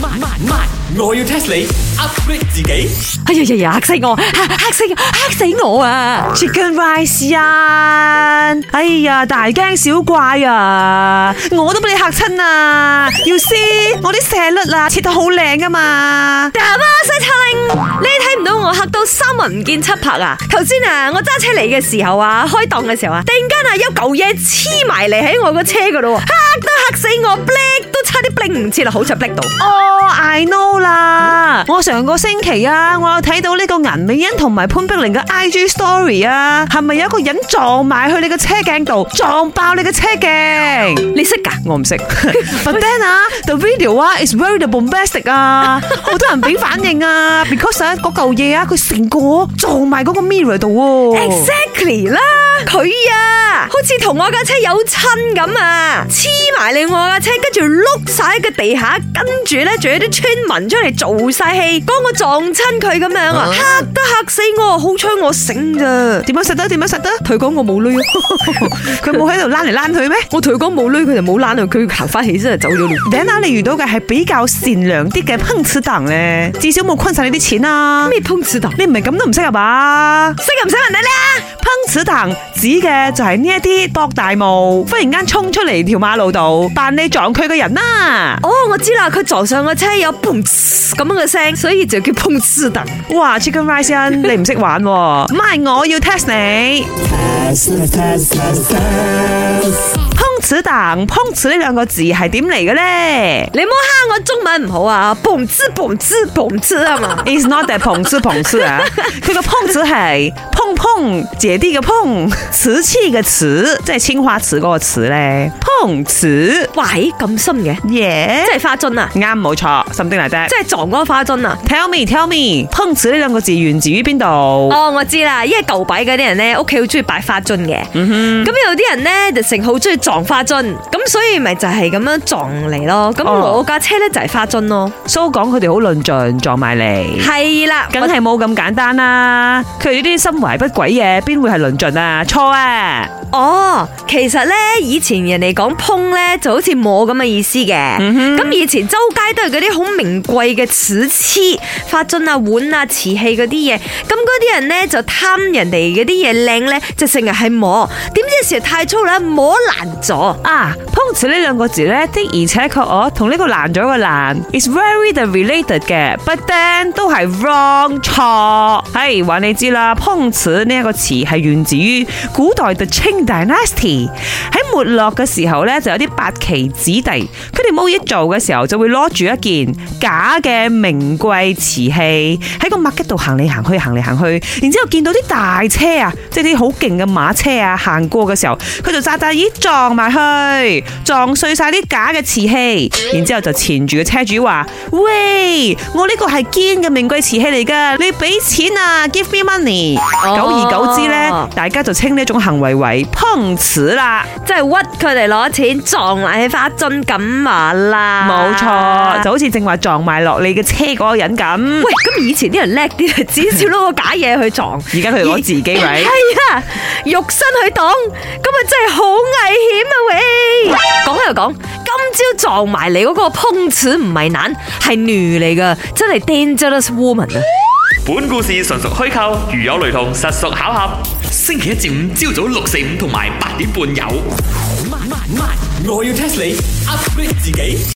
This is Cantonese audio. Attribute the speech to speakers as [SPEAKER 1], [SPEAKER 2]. [SPEAKER 1] 慢慢慢，我要 test 你 upgrade 自己。
[SPEAKER 2] 哎呀呀呀！嚇死我，嚇嚇死嚇死我啊！
[SPEAKER 3] Chicken Rice 啊！哎呀，大驚小怪啊！我都俾你嚇親啊！要先我啲石律啊，切得好靚噶嘛！
[SPEAKER 4] 大巴西擦令，你睇唔到我嚇到三魂唔見七魄啊！頭先啊，我揸車嚟嘅時候啊，開檔嘅時候啊，突然間啊有嚿嘢黐埋嚟喺我個車嗰度啊，嚇都嚇死我 black 都差啲 blink 唔切啦，好彩 black 到。
[SPEAKER 3] 哦、i know 啦！我上個星期啊，我有睇到呢個顏美欣同埋潘碧玲嘅 IG story 啊，係咪有一個人撞埋去你嘅車鏡度，撞爆你嘅車鏡？
[SPEAKER 4] 你識㗎？
[SPEAKER 3] 我唔識 ，but then 啊，the video 啊is very the bombastic 啊，好多人俾反應啊，because 啊嗰嚿嘢啊，佢成個撞埋嗰個 mirror 度喎。
[SPEAKER 4] Exactly 啦，佢啊，好似同我架車有親咁啊，黐埋你我架車，跟住碌晒喺個地下，跟住咧仲有啲村民出嚟做晒戲，幫我撞親佢咁樣啊，嚇都嚇死我，好彩我醒咋。
[SPEAKER 3] 點樣實得？點樣實得？佢講我冇女，啊佢冇喺度躝嚟躝去咩？
[SPEAKER 4] 我同佢講冇女，佢就冇懶啊，佢行翻起身就走咗啦。
[SPEAKER 3] 頂下你遇到嘅係比較善良啲嘅烹刺黨咧，至少冇昆晒你啲錢啊！
[SPEAKER 4] 咩碰瓷黨？
[SPEAKER 3] 你唔係咁都唔識啊係嘛？
[SPEAKER 4] 識唔識人哋啦？
[SPEAKER 3] 烹刺黨指嘅就係呢一啲博大霧，忽然間衝出嚟條馬路度扮你撞佢嘅人啊啦、
[SPEAKER 4] 哦，我知啦，佢撞上個車有砰呲咁樣嘅聲，所以就叫碰瓷黨。
[SPEAKER 3] 哇，Chicken Rice 啊你唔識玩喎、唔係我要 test 你。烹刺黨，烹刺呢兩個字係點嚟嘅咧。
[SPEAKER 4] 你唔好蝦我中文唔好啊，碰瓷碰瓷碰瓷啊嘛
[SPEAKER 3] ？It's not that 碰刺碰刺啊，佢個烹字係碰碰姐弟嘅碰，瓷器嘅瓷，即係青花瓷嗰個瓷咧，烹刺
[SPEAKER 4] 喂，咁深嘅，
[SPEAKER 3] 耶
[SPEAKER 4] 即係花樽啊，
[SPEAKER 3] 啱冇錯，something like that
[SPEAKER 4] 即。係撞嗰個花樽啊。
[SPEAKER 3] Tell me, tell me，烹刺呢兩個字源自於邊度？
[SPEAKER 4] 哦，我知啦，因為舊擺嗰啲人咧，屋企好中意擺花樽嘅，咁、有啲人咧就成好中意撞花樽，咁所以咪就係咁樣撞嚟咯。咁
[SPEAKER 3] 哦
[SPEAKER 4] 我架車咧就係花樽咯，
[SPEAKER 3] 蘇講佢哋好論盡，撞埋嚟。
[SPEAKER 4] 係啦，
[SPEAKER 3] 梗係冇咁簡單啦！佢哋呢啲心懷不軌嘅，邊會係鄰盡啊？錯啊！
[SPEAKER 4] 哦，其實咧，以前人哋講碰咧，就好似摸咁嘅意思嘅。咁、
[SPEAKER 3] 嗯
[SPEAKER 4] 以前周街都係嗰啲好名貴嘅瓷器、花樽啊、碗啊、瓷器嗰啲嘢。咁嗰啲人咧就貪人哋嗰啲嘢靚咧，就成日係摸。點知有時太粗啦，摸爛咗。
[SPEAKER 3] 啊，烹刺呢兩個字呢，的而且確我同呢個爛咗個爛，is very the related 嘅，but then 都係 wrong 錯。係話你知啦，烹刺呢一個詞係源自於古代嘅清 dynasty。喺沒落嘅時候呢，就有啲八旗子弟，佢哋冇嘢做嘅時候就會攞住一件假嘅名貴瓷器喺個 market 度行嚟行去，行嚟行去，然之後見到啲大車啊，即係啲好勁嘅馬車啊，行過嘅時候，佢就炸炸咦撞埋去，撞碎晒啲假嘅瓷器，然之後就纏住個車主話：，喂，我呢個係堅嘅名貴瓷器嚟㗎，你俾錢啊，give me money。
[SPEAKER 4] 哦
[SPEAKER 3] 久而久之呢，大家就稱呢種行為為碰瓷啦。
[SPEAKER 4] 即係屈佢哋攞錢撞埋喺花樽咁話啦。
[SPEAKER 3] 冇錯，就好似正話撞埋落你嘅車嗰個人咁。
[SPEAKER 4] 喂，咁以前啲人叻啲，係至少攞個假嘢去撞。
[SPEAKER 3] 而家佢哋攞自己位
[SPEAKER 4] 係。啊，肉身去擋，咁啊真係好危險啊喂！講又講，今朝撞埋嚟嗰個碰瓷唔係男，係女嚟噶，真係 dangerous woman 啊！
[SPEAKER 1] 本故事純屬虛構，如有雷同，實屬巧合。星期一至五朝早六四五同埋八點半有。慢慢慢，我要 test 你 upgrade 自己。